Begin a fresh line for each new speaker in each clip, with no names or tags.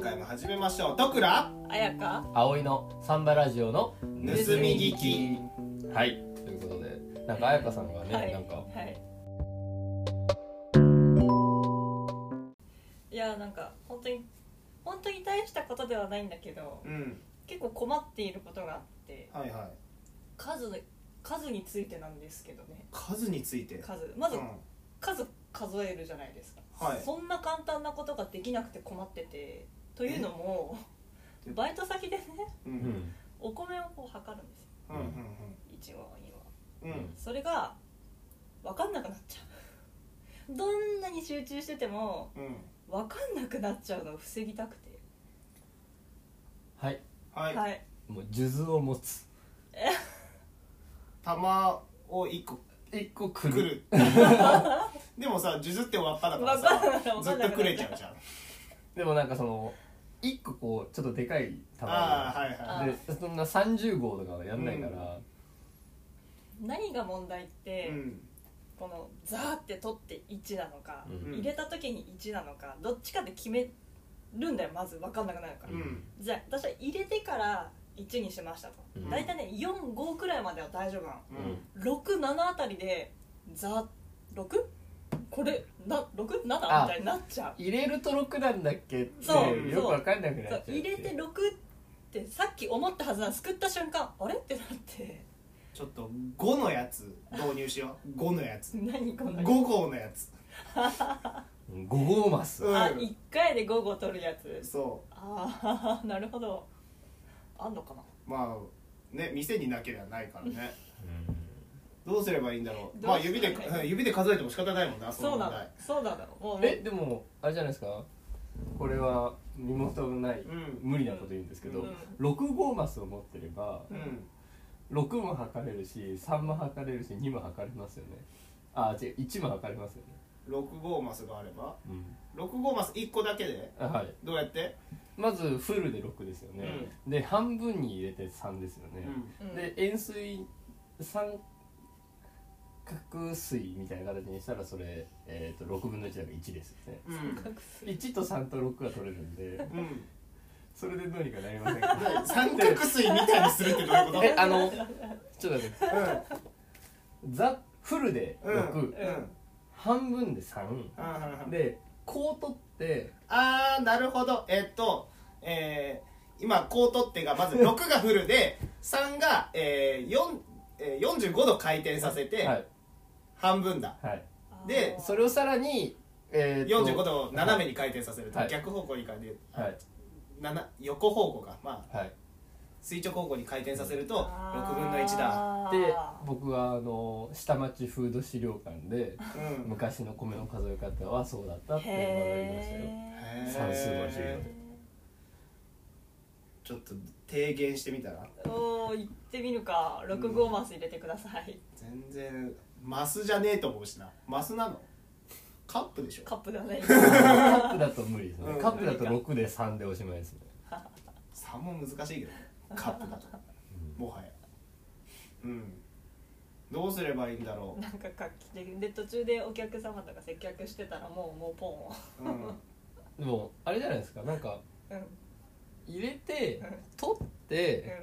回も始めましょうとくら
あやか
葵のサンバラジオの
盗み
盗み
聞
聞
き
きはいということでなんか彩香さんがね、
はい
なんか
はいいやなんか本当に本当に大したことではないんだけど
うん
結構困っていることがあって
はいはい
数数についてなんですけどね
数について
数まず
うん
数数えるじゃないですか、
はい
そんな簡単なことができなくて困っててというのも
え
バイト先でね
う
うんん
お米をこう測るんです
うんうん
よ1合
う
2合
んうん
それが分かんなくなっちゃうどんなに集中してても
うん
分かんなくなっちゃうのを防ぎたくて
はい
はい、
はい
もう数珠を持つ
玉を一個
一個く
く
る
るでもさ数珠って輪っぱだから
輪っぱだから
さ
分
ず
か
っ
んな
と
くなっちゃ
くれ
う
ちゃうじゃん
でもなんかその一個こうちょっとでかい玉
ああはい
あ
は
ー
でそんな30号とかはやんないから、
何が問題っ
い
て、
うん
このザーって取って1なのか、
うん
うん
入れた時に1なのかどっちかで決めるんだよまず分かんなくなるから、
うん
じゃあ私は入れてから1にしましたと、
うん
大体ね45くらいまでは大丈夫な
う
うん
の67あたりでザ 6? これな 6?7? み
あ
たいになっちゃう
入れると6なんだっけって
そう
よくわかんなくなっち
そ
ゃう
う
ってい
入
う
れて6ってさっき思ったはずなのすくった瞬間あれってなって
ちょっと5のやつ導入しよう5のやつ
何この
5号のやつ
うん5号マス
うん
あ一1回で5個取るやつ
そ
ああなるほどあんのかな
うまあね店になければないからねどうすればいいんだろう
ど
ま
う
あ
すれ
指
ばい
で
い
うん指で 数えても仕方ないもんなその
そうな
問
の
題
そうなのもう
えでもあれじゃないですかこれは身元のない
うん
無理なこと言うんですけど、
うん
6号マスを持ってれば
うん
6も測れるし3も測れるし2も測れますよねあ違う1も測れますよね
6号マスがあれば
うん
6号マス1個だけで
あはい
どうやって
まずフルで6ですよね、で半分に入れて3ですよ
う
ね、
ん
うん
で円錐三角錐みたいな形にしたらそれ、えー、と6分の1だから1ですよね
うん
隠す
1と3と6が取れるんで
うん
それでどうにかなりませんか
三角錐みたいにするってどういうこ と
えあのちょっと待って
う
ザフルで
ん
6、
うんうん
半分で3
はいはいはい
でこう取って
あーなるほどえっとえー今こう取ってがまず6がフルで3が、えー4えー45度回転させて
はい
半分だ、
はい
で
それをさらに、えーと
45度を斜めに回転させると、
はい
逆方向に回転、
はい
なな横方向かまあ
はい
垂直方向に回転させると6分の1だ、
で僕はあの下町フード資料館で
うん、
昔の米の数え方はそうだったって学びましたよ
へ
へー
算数の授業
え
ちょっと提言してみたら
おー行ってみるか6号マス入れてください、
全然マスじゃねえと思うしなマスなのカップでしょ
カップだ ね
カップだと無理ですね、
うん
カップだと6で3でおしまいですね
3も難しいけどねカップだともはやうんどうすればいいんだろ
なんか画期的で途中でお客様とか接客してたらもうもうポンを
う、うん、
でもあれじゃないですかなんか
うんうん
入れて取って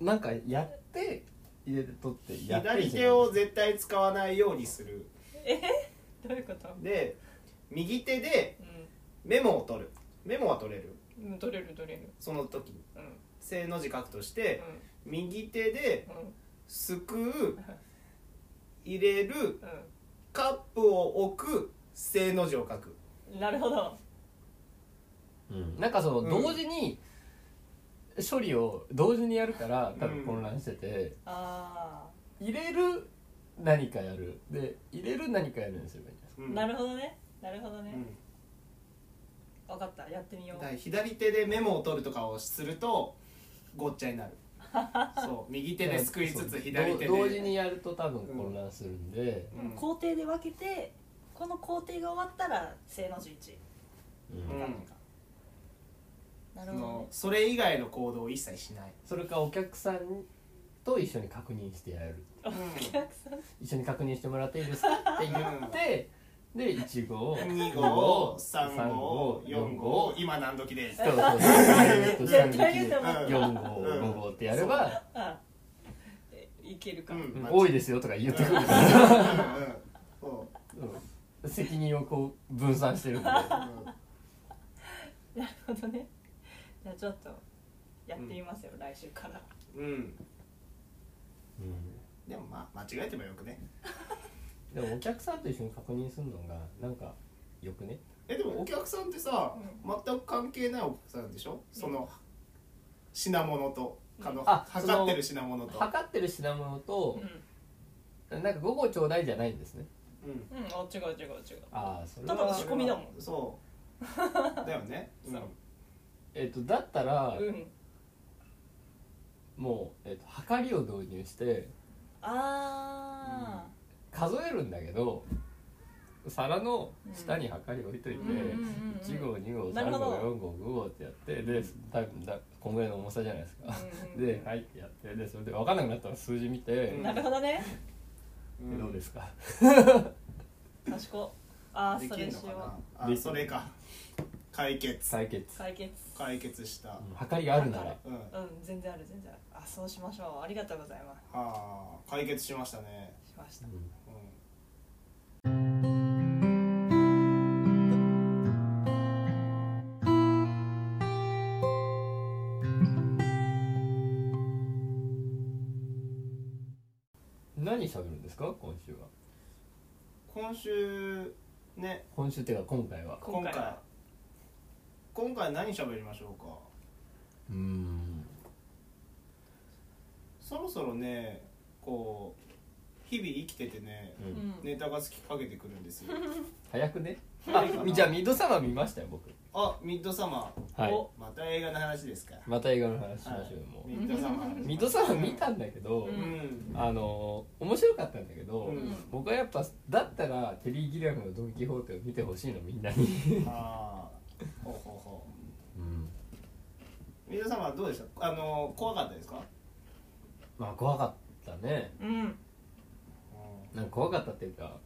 なんかやって入れて取ってやって
左手を絶対使わないようにする
どういうこと
で右手で
う
メモを取るメモは取れる
んうん取れる取れる
その時に
うん
正の字書くとして
う
右手で
んうん
すくう入れる
う
カップを置く正の字を書く
んなるほど
うんなんかその
うん
同時に処理を同時にやるから多
うん
分混乱してて、
あ
入れる何かやるで入れる何かやるにすればいいんじゃないですか
う
あ
ん
なるほどねなるほどね
うん
分かったやってみよ
だ
う
から左手でメモを取るとかをするとごっちゃになるそう右手ですくいつ
そ
つ
う
左手で
同同時にやると多分混乱するんで、
うん
工程で分けてこの工程が終わったら正の字一
うん
な
そ
るほど
の
ね
それ以外の行動を一切しない、
それかお客さんと一緒に確認してやる
お客さん
一緒に確認してもらっていいですかって言ってで1号
2号3号4号今何時で
そ
す
うそうそう
絶対言うと思
う
4
うん
号5号ってやれば
あえいけるか、
うん
うん
まあ
多いですよとか言ってく
うん
る
うんそ
うん責任をこう分散してるんで
ううん
なるほどねじゃあちょっとやってみますよ、来週から
うんでもまあ間違えてもよくね
でもお客さんと一緒に確認するのがなんかよくね
えでもお客さんってさ全く関係ないお客さんでしょその品物とあの
あ
測ってる品物と
測ってる品物と
う
なんか5号ちょうだいじゃないんですね
うん
ん、うん、あ違う違う違う
ああそれ
ただの
は
仕込みだもん
そうだよねうん
そう
えっとだったら
うん
もうえっと測りを導入して
あ
数えるんだけど皿の下に測り置いといて、
うんうんうん
うん
1号2号
なる
3
ほ
号
ど
4号5号ってやってで多分だこんぐらいの重さじゃないです
あ
か、ではいってやってでそれで分かんなくなったら数字見て、
うん
なるほどね
うん
どうですか、
賢ああ
で
そ
き
れ
る
し
のか
よ
なあ
で
それか解決
採決
う解決
解決した
うん測りがあるなら
うん
うん全然ある全然あるあそうしましょうありがとうございま
あー解決しましたね
すしました
う
何喋るんですか今週は
ん今週ね
今週っていうか今回は
今
今
回
回
今回
は
何喋りましょうか
うん
そろそろねこう日々生きててね
う
うんん
ネタが突きかけてくるん ですよ
早くねあみ じゃあミッドサマー見ましたよ僕
あミッドサマー、
はい
おまた映画の話ですか
また映画の話しましょうよ、も
ミッドサマー
うミッドサマー見たんだけど、
う
うんん
あの面白かったんだけど、
うん
僕はやっぱだったらテリー・ギリアムの「ドン・キホーテ」を見てほしいのみんなに、
ああほうほうほうミッドサマーどうでしたあの怖かったですか、
まあ怖かったね
うんうん
う
なんか怖かったっていうか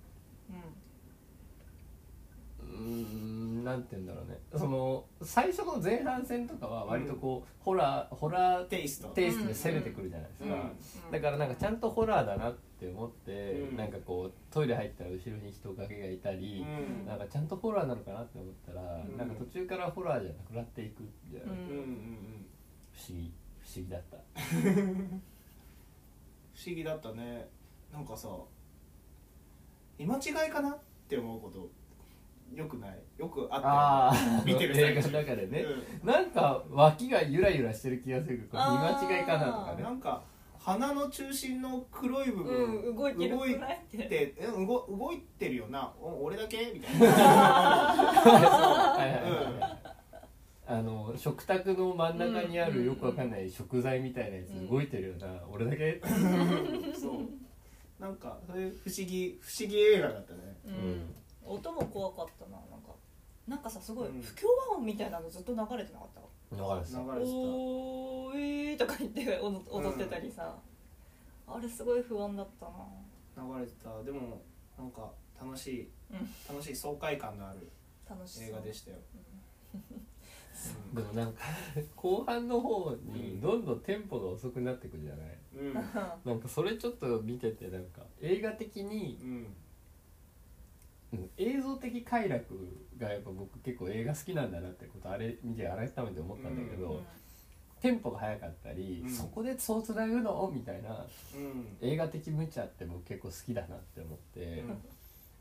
うーんなんて言うんだろうねその最初の前半戦とかは割とこう、ホラーホラー
ん、テイスト
テイストで攻めてくるじゃないですか、
う
だからなんかちゃんとホラーだなって思って、
うん
なんかこうトイレ入ったら後ろに人影がいた
う
り、
ん
なんかちゃんとホラーなのかなって思ったら、
うん
なんか途中からホラーじゃなくなっていくじゃない、
う
うん
ん
うんうん
不思議不思議だった
不思議だったねなんかさ見間違いかなって思うことよくないよくあっ
ああ
見てる
映
最
画
中
の中で
た
ね
よ、
なんか脇がゆらゆらしてる気がするけどこれ見
あー
間違いかなとか
うん、な
ね
んか鼻の中心の黒い部分、
うん、動いてる
動い
くないって
てえ動動いてるよなお俺だけみたい な
はいはいはいはいあの食卓の真ん中にあ
う
る
ん
よくわかんない食材みたいなやつ
うん
動いてるよな、俺だけ
そうなんかそういう不思議不思議映画だったね
う、
うん
音も怖かったななんかなんかさすごい
うん
不協和音みたいなのずっと流れてなかった、
流れて
流
た
れて
おーいーとか言って踊踊ってたりさ、あれすごい不安だったな
た流れてたでもなんか楽しい、
うん
楽しい爽快感のある
楽しそう
映画でしたよ、
でもなんか後半の方にどんどんテンポが遅くなってくじゃない
うんうん
なんかそれちょっと見ててなんか映画的に、
うん
うん映像的快楽がやっぱ僕結構映画好きなんだなってことあれ見て改めて思ったんだけど、
うん
テンポが速かったり、
うん
そこでそうつなぐのみたいな
うん
映画的無茶って僕結構好きだなって思って、
うん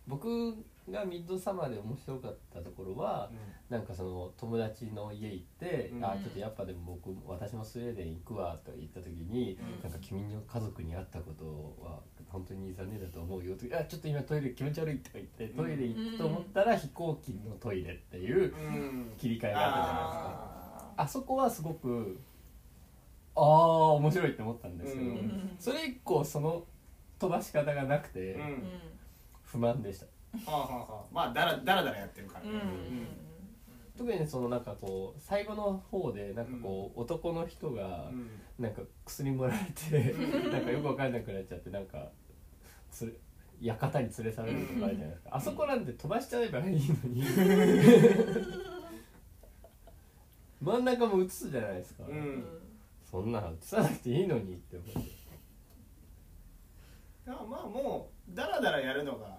僕がミッドサマーで面白かったところは、なんかその友達の家行って「
うん
あちょっとやっぱでも僕私もスウェーデン行くわ」とか言った時に「
うん
なんか君の家族に会ったことは本当に残念だと思うよ」とかあちょっと今トイレ気持ち悪い」とか言ってトイレ行くと思ったら飛行機のトイレっていう
うん
切り替えがあったじゃないですか。
あ
あそこはすごくああ面白いって思ったんですけど、
う
ーうん
それ以降その飛ばし方がなくて
うん
うん
不満でした、
はあはあはあまあだらだらだらやってるから
う
ね
んうん
特にそのなんかこう最後の方でなんかこう、男の人が
うん
なんか薬もらえて、なんかよくわかんなくなっちゃってなんかそれ館に連れ去られるとかあるじゃないですか、あそこなんて飛ばしちゃえばいいのに真ん中も映すじゃないですか、
う
うんん
そんなの映さなくていいのにって思って
まあまあもうダラダラやるのが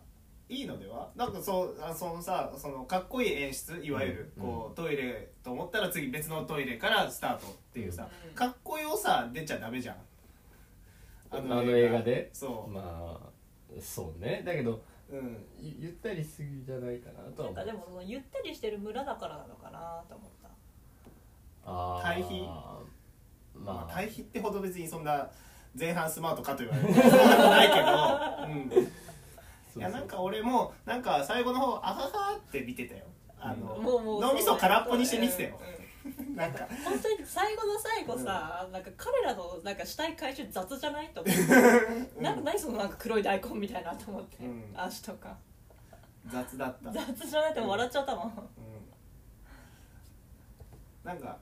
いいのではなんかそうあそのさそのかっこいい演出いわゆる、
うん
こうトイレと思ったら次別のトイレからスタートっていうさ、
うん
かっこよさ出ちゃダメじゃん
あの映画で
そ
まあそうねだけど
ううん
ゆゆったりしすぎじゃないかなと
なん
は思
か
う
でもそのゆったりしてる村だからなのかなと思った
あー
対比ま
ま
あ
あ
対比ってほど別にそんな前半スマートかと言わ れるとそうでもないけど、うん、いやなんか俺もなんか最後の方アハハって見てたよあの、
もうもう
脳みそ空っぽにして見てたよ
うんうん
なんか
本当に最後の最後さ、なんか彼らのなんか死体回収雑じゃないと思って、なんか何そのなんか黒い大根みたいなと思って、
うん
足とか
雑だった、うん、
雑じゃないって笑っちゃったもん、
なんか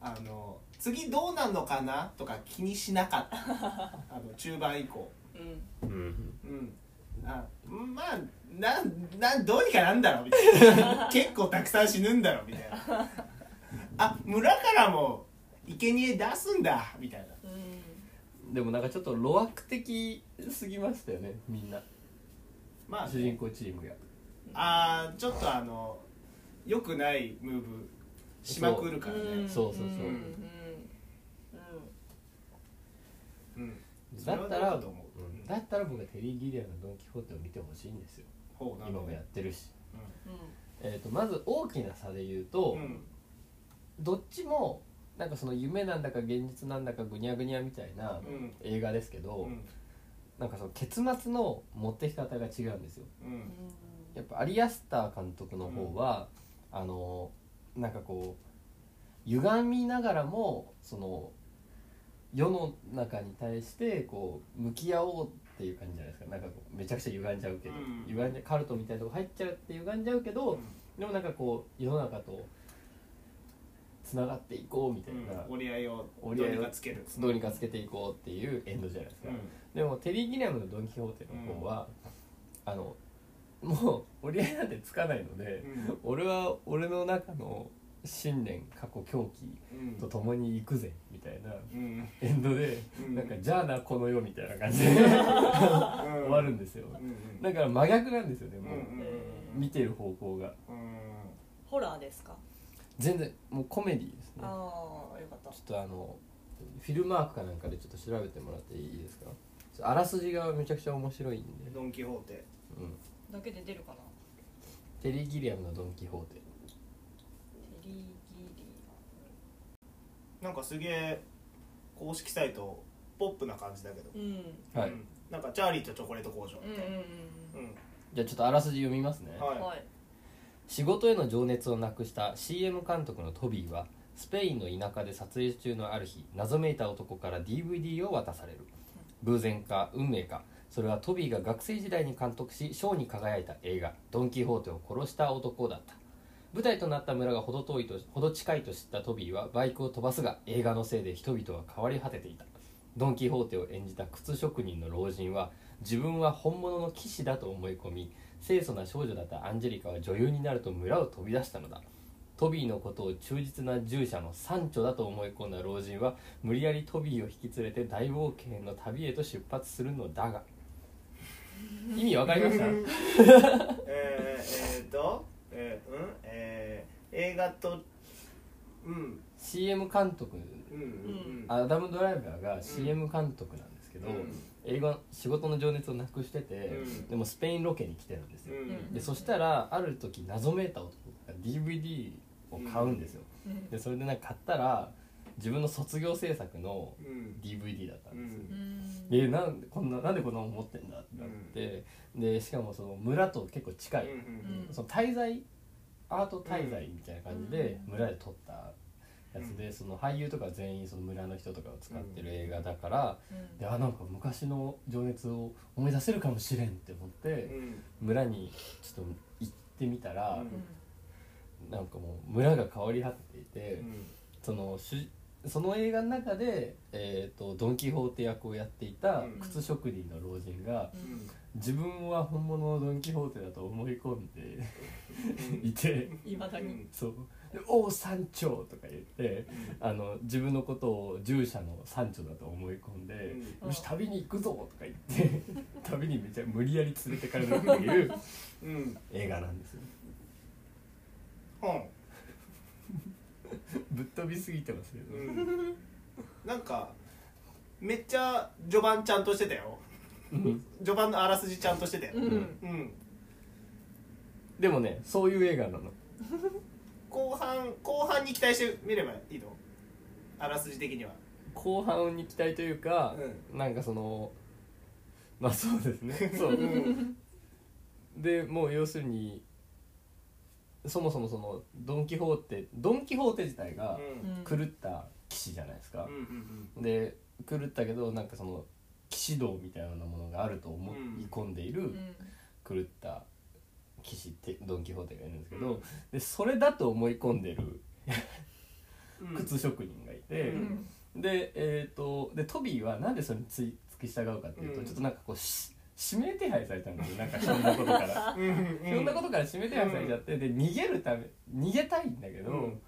あの次どうなんのかなとか気にしなかったあの中盤以降
うん、
うん
うんあまあなんなんどうにかなんだろうみたいな結構たくさん死ぬんだろうみたいなあ村からも生贄出すんだみたいな
うん、
でもなんかちょっと路悪的すぎましたよねみんな
まあ
主人公チームが
あーちょっとあの良くないムーブしまくるからね
うん
そうそうそう
うんうん
うんそ
だ
れは
った
どう
ら
だと思う
うんだったら僕はテリー・ギリアムの「ドン・キホーテ」を見てほしいんですよ
ほうなる
今
ほど
もやってるし、
うん
えー、とまず大きな差で言うと、
うん
どっちもなんかその夢なんだか現実なんだかぐにゃぐにゃみたいな
うん
映画ですけど、
うん
なんかその結末の持ってき方が違うんですよ
うん
やっぱアリアスター監督の方は、あのなんかこう歪みながらもその世の中に対してこう向き合おうっていう感じじゃないですかなんかこうめちゃくちゃ歪んじゃうけど、
うん
歪んじゃカルトみたいなとこ入っちゃうって歪んじゃうけど、でもなんかこう世の中とつながっていこうみたいな、
うん折り合いをどう
折り合いを
にかつける
どうにかつけていこうっていうエンドじゃないですか、
う
でもテリー・ギリアムの「ドン・キホーテ」の方は、あのもう折り合いなんてつかないので、
んうん
俺は俺の中の信念過去狂気
うん
と共に行くぜみたいな
うん
エンドで、
うん
なんか「じゃあなこの世」みたいな感じで 終
終
わるんですよ
うんうん
だから真逆なんですよね
うん
も
う
う、
ん
見てる方向が
うん
ホラーですか、
全然もうコメディですね
あ
ちょ
あよかった
っとあのフィルマークかなんかでちょっと調べてもらっていいですかちょあらすじがめちゃくちゃ面白いんで、
ドン・キホーテ
うん、
だけで出るかな
テリー・ギリアムの「ドン・キホーテ」
テリーギリ
なんかすげえ公式サイトポップな感じだけど
うんうん
はい、
うんなんかチャーリーとチョコレート工場
うん
う
うん
じゃあちょっとあらすじ読みますね、
うん
は
はい
仕事への情熱をなくした CM 監督のトビーはスペインの田舎で撮影中のある日謎めいた男から DVD を渡される偶然か運命かそれはトビーが学生時代に監督し賞に輝いた映画「ドン・キホーテを殺した男」だった舞台となった村がほど遠いとほど近いと知ったトビーはバイクを飛ばすが映画のせいで人々は変わり果てていたドン・キホーテを演じた靴職人の老人は自分は本物の騎士だと思い込み清楚な少女だったアンジェリカは女優になると村を飛び出したのだトビーのことを忠実な従者のサンチョだと思い込んだ老人は無理やりトビーを引き連れて大冒険の旅へと出発するのだが意味わかりまし
え
た
ー、えー、と、えー、うん、えー、映画と、うん、
CM 監督
うん、うん、
アダム・ドライバーが CM 監督なんですけど、
うん
英語の仕事の情熱をなくしてて、
うん
でもスペインロケに来てるんですよ、
うん
でそしたらある時謎めいた男が DVD を買うんですよ、
うん
でそれでなんか買ったら自分の卒業制作の
うん、うん、
DVD だった
うん、
ですよ、
うんん
でなんでこんななんでこんなもん持ってんだってなって、でしかもその村と結構近い、
ん
その滞在アート滞在みたいな感じで
うん
村で撮ったやつで、
うん
その俳優とか全員その村の人とかを使ってる映画だから、であなんか昔の情熱を思い出せるかもしれんって思って、
うん、
村にちょっと行ってみたら、
うん
なんかもう村が変わり果てていて。
うん、
その主その映画の中で、えー、とドン・キホーテ役をやっていた
うん
靴職人の老人が
う
うんん
自分は本物のドン・キホーテだと思い込んで
う
いて
いまだ
う
に
ん
そうで「王山頂」とか言ってあの自分のことを従者の山頂だと思い込んで「
うん
よし旅に行くぞ」とか言って旅にめちゃ無理やり連れてかれるっていう
うん
映画なんですよ
うん
ぶっ飛びすぎてますけど、
うんなんかめっちゃ序盤ちゃんとしてたよ
うん
序盤のあらすじちゃんとしてたよ
うん、うん
うん
でもねそういう映画なの
後半後半に期待してみればいいのあらすじ的には
後半に期待というか、なんかそのまあそうで すねそうでもう要するにそもそもそのドン・キホーテドン・キホーテ自体が狂った騎士じゃないですか、で狂ったけどなんかその騎士道みたいなものがあると思
うん
い込んでいる狂った騎士ってドン・キホーテがいるんですけど、
うん
でそれだと思い込んでる
靴
靴職人がいて、
うん
でえっ、とでトビーはなんでそれについ付き従うかっていうと、
うん
ちょっとなんかこうし指名手配されたんですよなんかそんなことから
うんうん
そんなことから指名手配されちゃって、で逃げるため逃げたいんだけど、
うん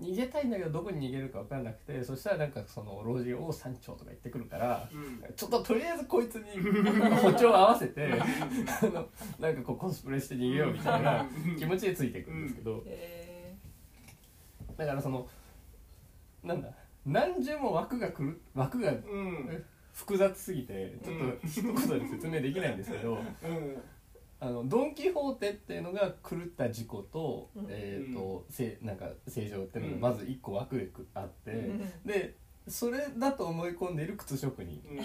逃げたいんだけどどこに逃げるか分かんなくてそしたらなんかその老人王山頂とか言ってくるから。
うん
ちょっととりあえずこいつに歩調を合わせ てあのなんかこうコスプレして逃げようみたいな気持ちでついていくんですけど、
え
だからそのなんだ何重も枠がくる枠が
うん
複雑すぎてちょっ
うん
と一言で説明できないんですけ ど、
うん
あのドン・キホーテっていうのが狂った事故と,、
うん
えーとせなんか正常っていうの
うん
がまず一個枠があって、
うん
でそれだと思い込んでいる靴職人
うん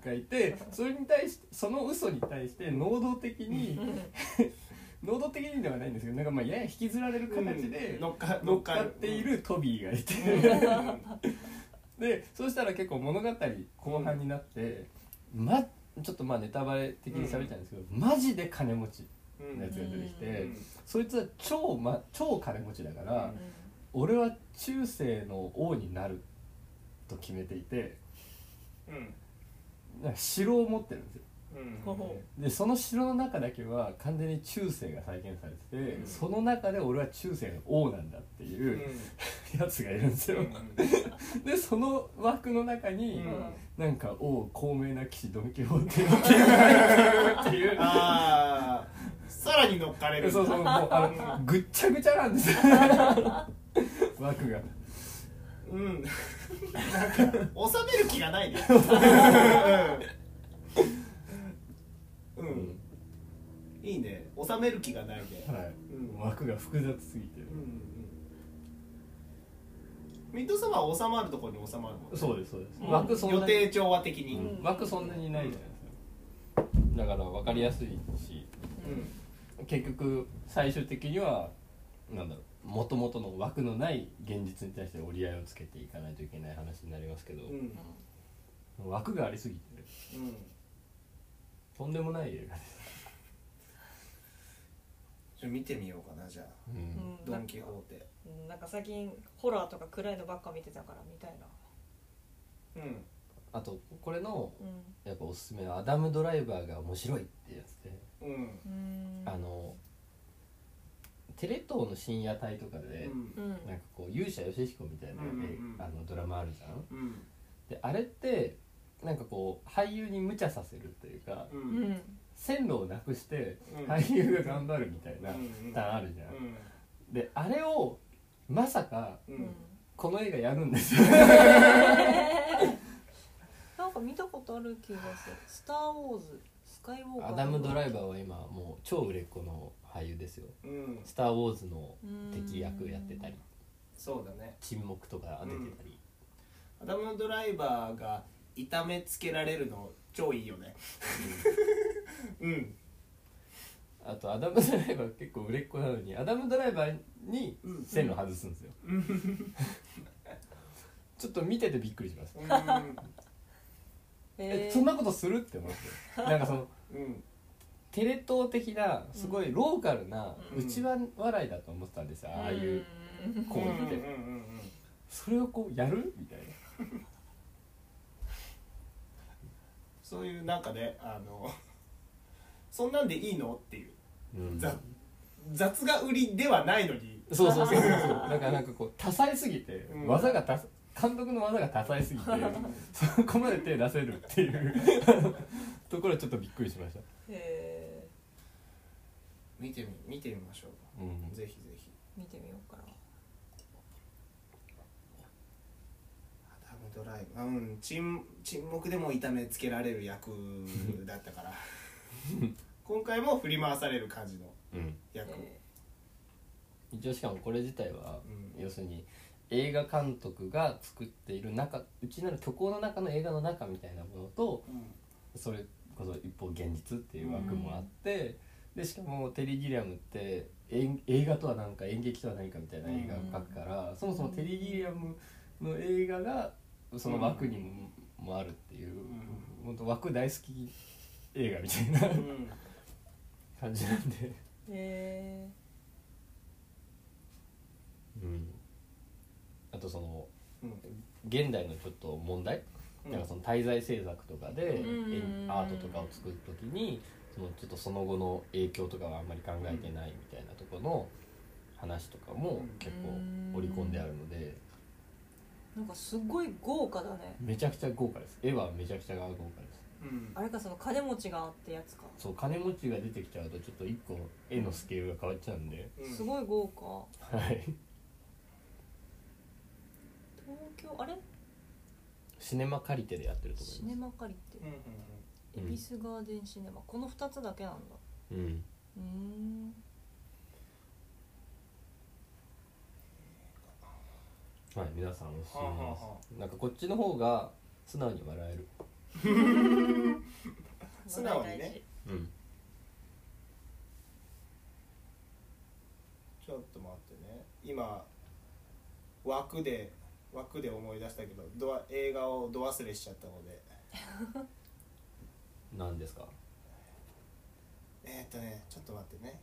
が いてそれに対してその嘘に対して能動的に
ーうん
能動的にではないんですけどなんかまあやや引きずられる形で
乗っか
乗っかっているトビーがいて。でそうしたら結構物語後半になって、ま、ちょっとまあネタバレ的に喋っちゃうんですけど、マジで金持ち
うん
のやつが出てきて、
うん
そいつは超,、ま、超金持ちだから、
うん
俺は中世の王になると決めていて
うん
なんか城を持ってるんですよ
うん
ほほ
でその城の中だけは完全に中世が再現されてて、
うん
その中で俺は中世の王なんだって
う
いうんやつがいるんですよ、でその枠の中
う
に、
ん
なんか「おう高名な騎士ドン・キホーテ」っていう
ああさらに乗っかれる
そうそうもうあのぐっちゃぐちゃなん ですよ枠が
うんなんか収める気がないねうん、
う
うん、いいね収める気がないね
はい
うん
枠が複雑すぎて
うんうんミッドサマーは収まるところに収まるもんね
そうですそうです、
うん
枠そん
予
なに
定調和的に、
うん枠そんなにないじゃないですかだから分かりやすいし結局最終的にはなんだろう元々の枠のない現実に対して折り合いをつけていかないといけない話になりますけど
うん、うん
枠がありすぎてとんでもない映画です、
ちょ見てみようかなじゃあ
う
うんん
ドン・キホーテ
うんなんか最近ホラーとか暗いのばっか見てたからみたいな、
うん
あとこれの
うん
やっぱおすすめはアダム・ドライバーが面白いってやつで、
うん
うん
あのテレ東の深夜帯とか
う
で、
ん
うん
なんかこう勇者ヨシヒコみたいな、
うんうんうん
あのドラマあるじゃん
うん
であれってなんかこう俳優に無茶させるというか
う
うんん
線路をなくして
うん
俳優が頑張るみたいな
うんうん
パターンあるじゃん、
う
であれをまさか
んう
うん
ん
この映画やるんですよ
なんか見たことある気がする「スター・ウォーズ」「スカイ・ウォーカー」
アダム・ドライバーは今もう超売れっ子の俳優ですよ
うん、
「スター・ウォーズ」の敵役やってたり
そうだね
沈黙とか出てたり、
アダム・ドライバーが痛めつけられるの超いいよねうん
あとアダム・ドライバー結構売れっ子なのにアダム・ドライバーに
うん
線路外すんですよ、ちょっと見ててびっくりしました、
う
え
えー
そんなことするって思ってなんかその
んうん
テレ東的なすごいローカルな
うん
内輪笑いだと思ってたんですよ、ああいうこう言って、
うんうんうんうん
それをこうやるみたいな
そういうなんかねあのそんなんでいいのっていう、
うん
雑雑が売りではないのに
そうそうそうそうだからなんかこう多彩すぎて、
うん
技がた監督の技が多彩すぎてそこまで手出せるっていうところはちょっとびっくりしました、
え
見てみ見てみましょう
うん
ぜひぜひ
ー、見てみようかな
アダムドライブうん沈沈黙でも痛めつけられる役だったから今回も振り回される感じの
うん
役、
え
一応しかもこれ自体は、
うん
要するに映画監督が作っている中うちなる虚構の中の映画の中みたいなものと
うん
それこそ一方現実っていう枠もあって、でしかもテリー・ギリアムって演映画とは何か演劇とは何かみたいな映画を描くから、そもそもテリー・ギリアムの映画がその枠にも,、もあるっていう、
ん
本当枠大好き映画みたいな
うん
感じなんで。
ー、え
うんあとその
うん
現代のちょっと問題、
うん
なんかその滞在制作とかで、
うん
えアートとかを作る時にそのちょっとその後の影響とかはあんまり考えてないみたいなところの話とかも結構織り込んであるので、
ー、なんかすごい豪華だね
めちゃくちゃ豪華です絵はめちゃくちゃ豪華です
うん
あれかその金持ちがってやつか、
そう金持ちが出てきちゃうとちょっと一個絵のスケールが変わっちゃうんで、
うん
すごい豪華
はい
東京あれ
シネマ借り手でやってると思
シ
い
ネ
ま
マ借り
うん
て
うん
う
恵比
ん
寿ガーデンシネマ、この2つだけなんだ
すうん
うーん
はい皆さんおすすめ
はあはあ
で
は
すなんかこっちの方が素直に笑える
素直にね
うん
ちょっと待ってね今枠で枠で思い出したけどドア映画をど忘れしちゃったので
何ですか
えー、っとねちょっと待ってね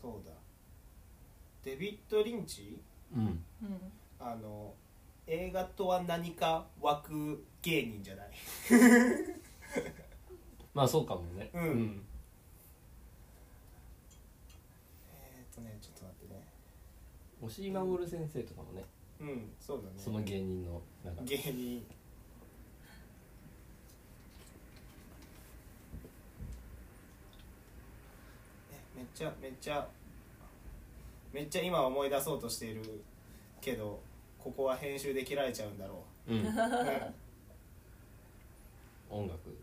そうだデビッド・リンチ
うん
うん
あの映画とは何か枠芸人じゃない
まあそうかもね
うんえーっとねちょっと待ってね
押井守先生とかもね
うんそうだね
その芸人のなんか
芸人えめっちゃめっちゃめっちゃ今思い出そうとしているけどここは編集で切られちゃうんだろ
うん
う、
音楽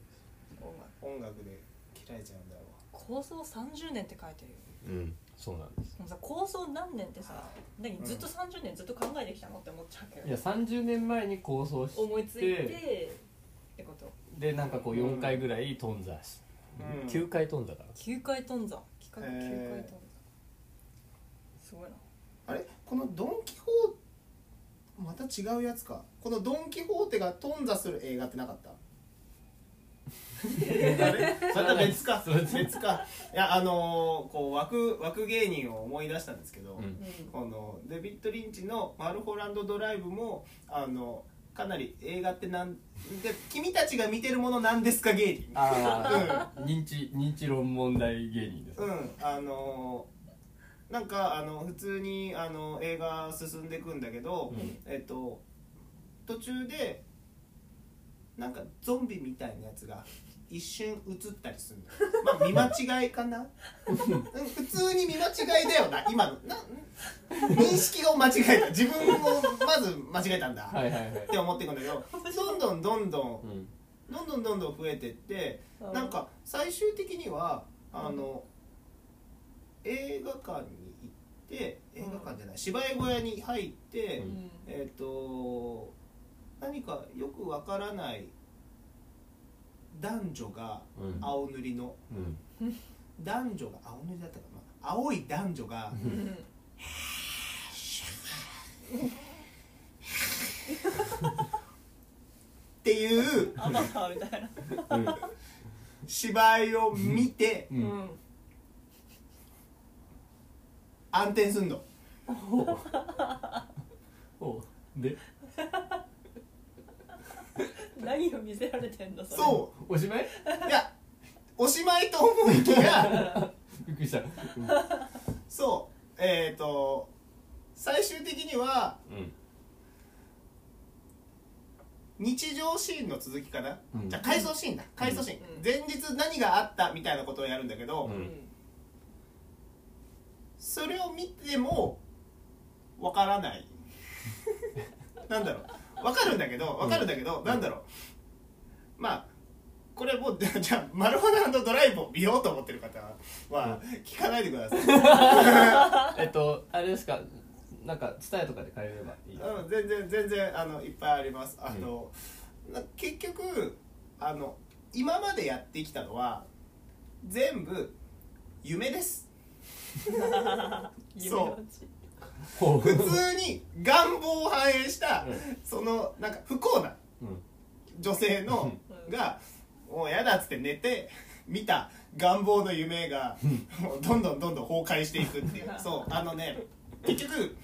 うん、音楽で切られちゃうんだ ろ
構想30年って書いてるよ
うんそうなんです
でもさ構想何年ってさ何ずっと30年ずっと考えてきたのって思っちゃうけ
い
ど
や30年前に構想して
思いついてってこと
でなんかこう
うん
4回ぐらい頓挫し、
うん
9回頓挫かな
9回頓挫企画9回
へー
頓挫すごいな
うあれこのドン・キホーまた違うやつかこのドン・キホーテが頓挫する映画ってなかった あれまた別か
それそれ
別かいやあのーこう枠枠芸人を思い出したんですけど、
うん
このデビッド・リンチの「マルホランド・ドライブも」あのかなり映画ってなんで君たちが見てるものなんですか芸人
ああ 認知認知論問題芸人です、
うんあのーなんかあの普通にあの映画進んでいくんだけど、
うん
えっと途中でなんかゾンビみたいなやつが一瞬映ったりする のまあ見間違いかなうん普通に見間違いだよな今のな認識を間違えた自分をまず間違えたんだ、
はいはいはい
って思っていくんだけどどんどんどんどん
うん
どんどんどんどん増えてって
うん
なんか最終的にはあの、映画館に行って映画館じゃない芝居小屋に入って、
うん
えっ、と何かよくわからない男女が
うん
青塗りの
うん
男女が青塗りだったかな青い男女が
うんうん
っていう
アバターみたいな
うん
芝居を見て
うん
うん
暗転すんの
おで
何を見せられてんだそれ
そ
おしまいう
いやおしまいと思いきや
びっくりしたうん、
そうえっ、と最終的には
うん
日常シーンの続きかな、
うん
じゃあ回想シーンだ回想シーン、
うん
前日何があったみたいなことをやるんだけど、
う
うん
それを見てもわからないなんだろうわかるんだけどわかるんだけど、なんだろうまあこれもうじゃあじゃあ「マルホナドライブ」を見ようと思ってる方は聞かないでください、
えっとあれですかなんか伝えとかで借りればいい、
うん、全然全然あのいっぱいありますあの、な結局あの今までやってきたのは全部夢です
夢のうち
ほう
普通に願望を反映した、
うん
そのなんか不幸な
うん
女性の
うん
がもうやだっつって寝て見た願望の夢がもうどんどんどんどん崩壊していくっていうそうあのね結局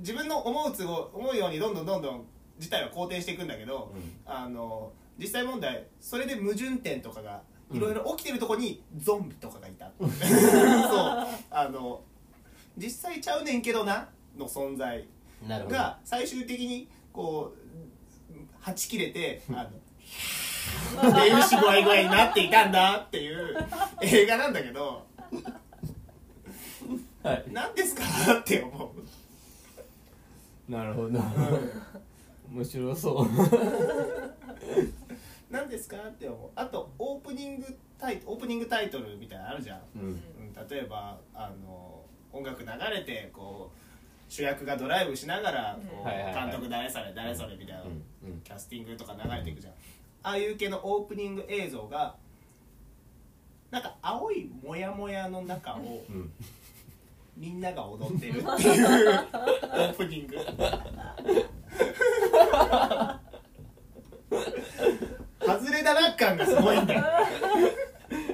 自分の思うつぼ思うようにどんどんどんどん事態は好転していくんだけど、
うん
あの実際問題それで矛盾点とかがいろいろ起きてるとこにゾンビとかがいた、 そうあの実際ちゃうねんけどなの存在
なるほど
が最終的にこうはち切れてあのっていうしごい具合になっていたんだっていう映画なんだけど
はい
何ですかって思う
なるほど面白そう
何ですかって思うあとオープニングタイオープニングタイトルみたいなのあるじゃん
うん
うん例えばあの音楽流れてこう主役がドライブしながらこう
はいはいはい
監督誰それ誰それみたいな
うんうん
キャスティングとか流れていくじゃんああいう系のオープニング映像がなんか青いモヤモヤの中を
うん
みんなが踊ってるっていうオープニン グ外れだな感がすごいんだよ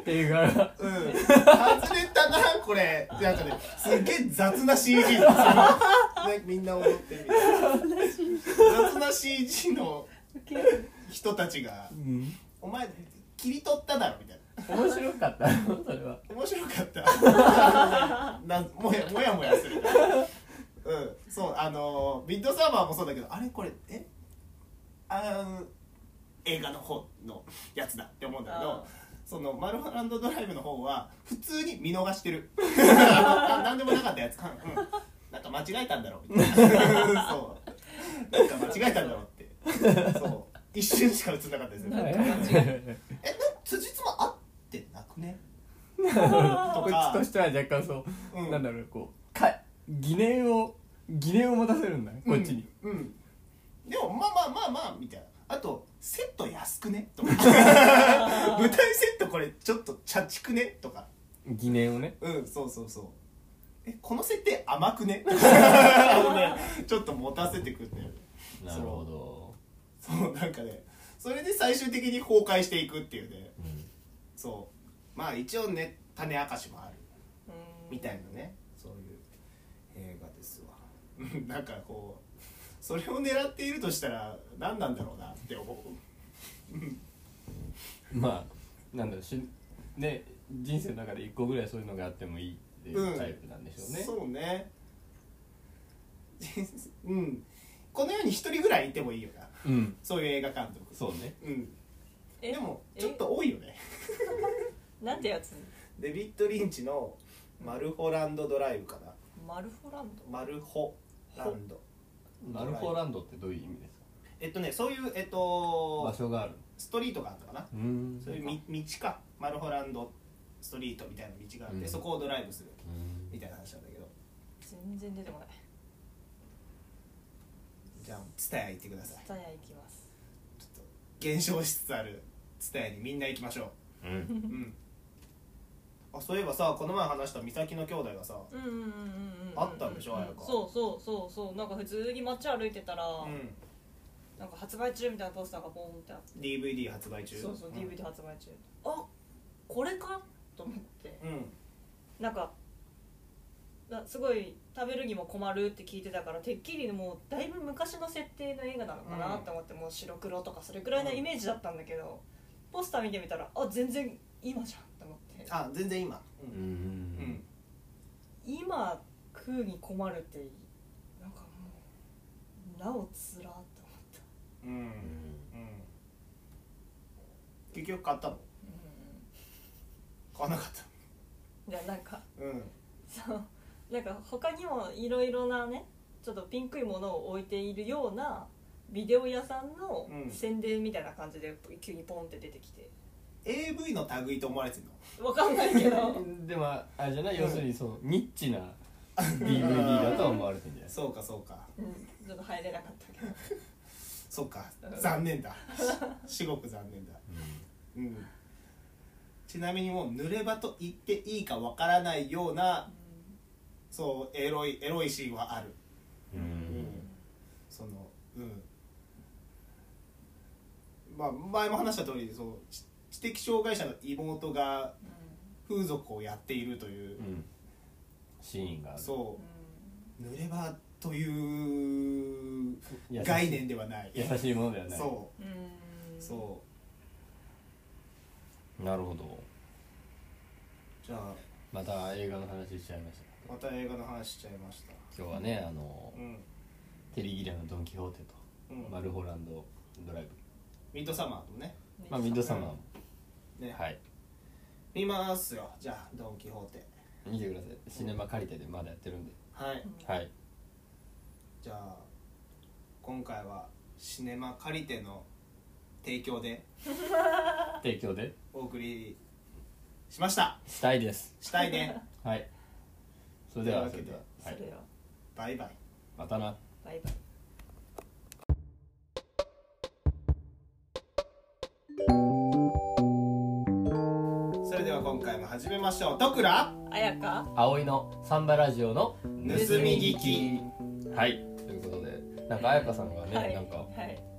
映画が
うん、外れたなこれなんかねすっげえ雑な CG ですよねみんな踊ってるみたいな雑な CG の
ウケる
人たちが
うん
「お前切り取っただろ」みたいな
面白かったそれは
面白かった なもやもやもやするうんそうあのビッドサーバーもそうだけどあれこれえあの映画の方のやつだって思うんだけど
あー
そのマルファランドドライブの方は普通に見逃してる あ何でもなかったやつ、うんうんなんか間違えたんだろ うみたいなそうなんか間違えたんだろうってそう一瞬しか映んなかったですよ
なん
ね
か
えな辻褄合ってなく ね
こっちとしては若干そう、
うん
なんだろうこうか疑念を疑念を持たせるんだねこっちに、
うん、うんでもまあまあまあまあみたいなあとセット安くねと か舞台セットこれちょっと茶畜ねとか
疑念をね
うんそうそうそうえこの設定甘く ねあのねちょっと持たせてくんだよねなるほ
ど
そうなんかねそれで最終的に崩壊していくっていうねそうまあ一応ね種明かしもあるみたいなねそういう映画ですわ うんなんかこうそれを狙っているとしたら何なんだろうなって思
まあなんだろうしね人生の中で一個ぐらいそういうのがあってもいいっていうタイプなんでしょうね
う、そうね うんこの世に一人ぐらいいてもいいよな
うん
そういう映画監督
そうね
うん
え
でもちょっと多いよね
えなんてやつ
デビッド・リンチの「マルホランドドライブ」かな
マルフォランド
マルホランド
マルフォーランドってどういう意味ですか
えっとねそういうえっ
場
と
所がある
ストリートがあったかな
うん
そういうみ道かマルホランドストリートみたいな道があって、
うん
そこをドライブする
うん
みたいな話なんだけど
全然出てこない
じゃあ蔦屋行ってください
スタヤ行きます
ちょっと減少しつつある蔦屋にみんな行きましょ
うん
ううんあそういえばさこの前話した美咲の兄弟がさ
うんうんうんうんうん
あったんでしょ彩香
そうそうそうそうなんか普通に街歩いてたら、
うん
なんか発売中みたいなポスターがボーンってあって
DVD 発売中
そうそう、
ん
DVD 発売中あこれかと思って
うん
なんかなすごい食べるにも困るって聞いてたからてっきりもうだいぶ昔の設定の映画なのかなって思って、もう白黒とかそれくらいのイメージだったんだけど、ポスター見てみたらあ全然今じゃんって思って
あ全然今う、
うんん
今食うに困るってなんかもうなおつらーって思った、
うんうん結局買ったの買わなかっ
いやなんか
たうん
そうなんか他にもいろいろなねちょっとピンクいものを置いているようなビデオ屋さんの
うん
宣伝みたいな感じで急にポンって出てきて
AV の類と思われてるの
わかんないけ ど
でもあれじゃない
うん
要するにそのニッチな DVD だとは思われてんじゃない
そうかそうか
うんちょっと入れなかったけど
そうか
うん
残念だ 至極残念だうんちなみにもう濡れ場と言っていいかわからないようなそうエロいエロいシーンはある
うん
そのうんまあ前も話した通りそう知知的障害者の妹が風俗をやっているという
う、んシーンがある
う
そ
ん
う濡れ場という
優しい
概念ではない
優しいものではない
そ
うん
う
うん
そう
なるほど
うじゃあ
また映画の話しちゃいました
また映画の話しちゃいました
今日はねあの
うん
テリーギリアのドン・キホーテと
うん
マルホランドドライ
ミッドサマーとね
う
ブまあミッドサマーも
ね、
はい
見ますよじゃあドン・キホーテ
見てくださいシネマ借りてでまだやってるんで
はい
はい
じゃあ今回はシネマ借りての提供で
提供で
お送りしました
したいです
したい ね
はいそれでは
と
そ
い
れ
うわけで
そ
では、はい
れ、よ
バイバイ
またな
バイバイ
それでは今回も始めましょう「ドクラ
あやか
葵のサンバラジオの
盗み聞き
はいということでなんか彩香さんがね、
はい
なんか
はい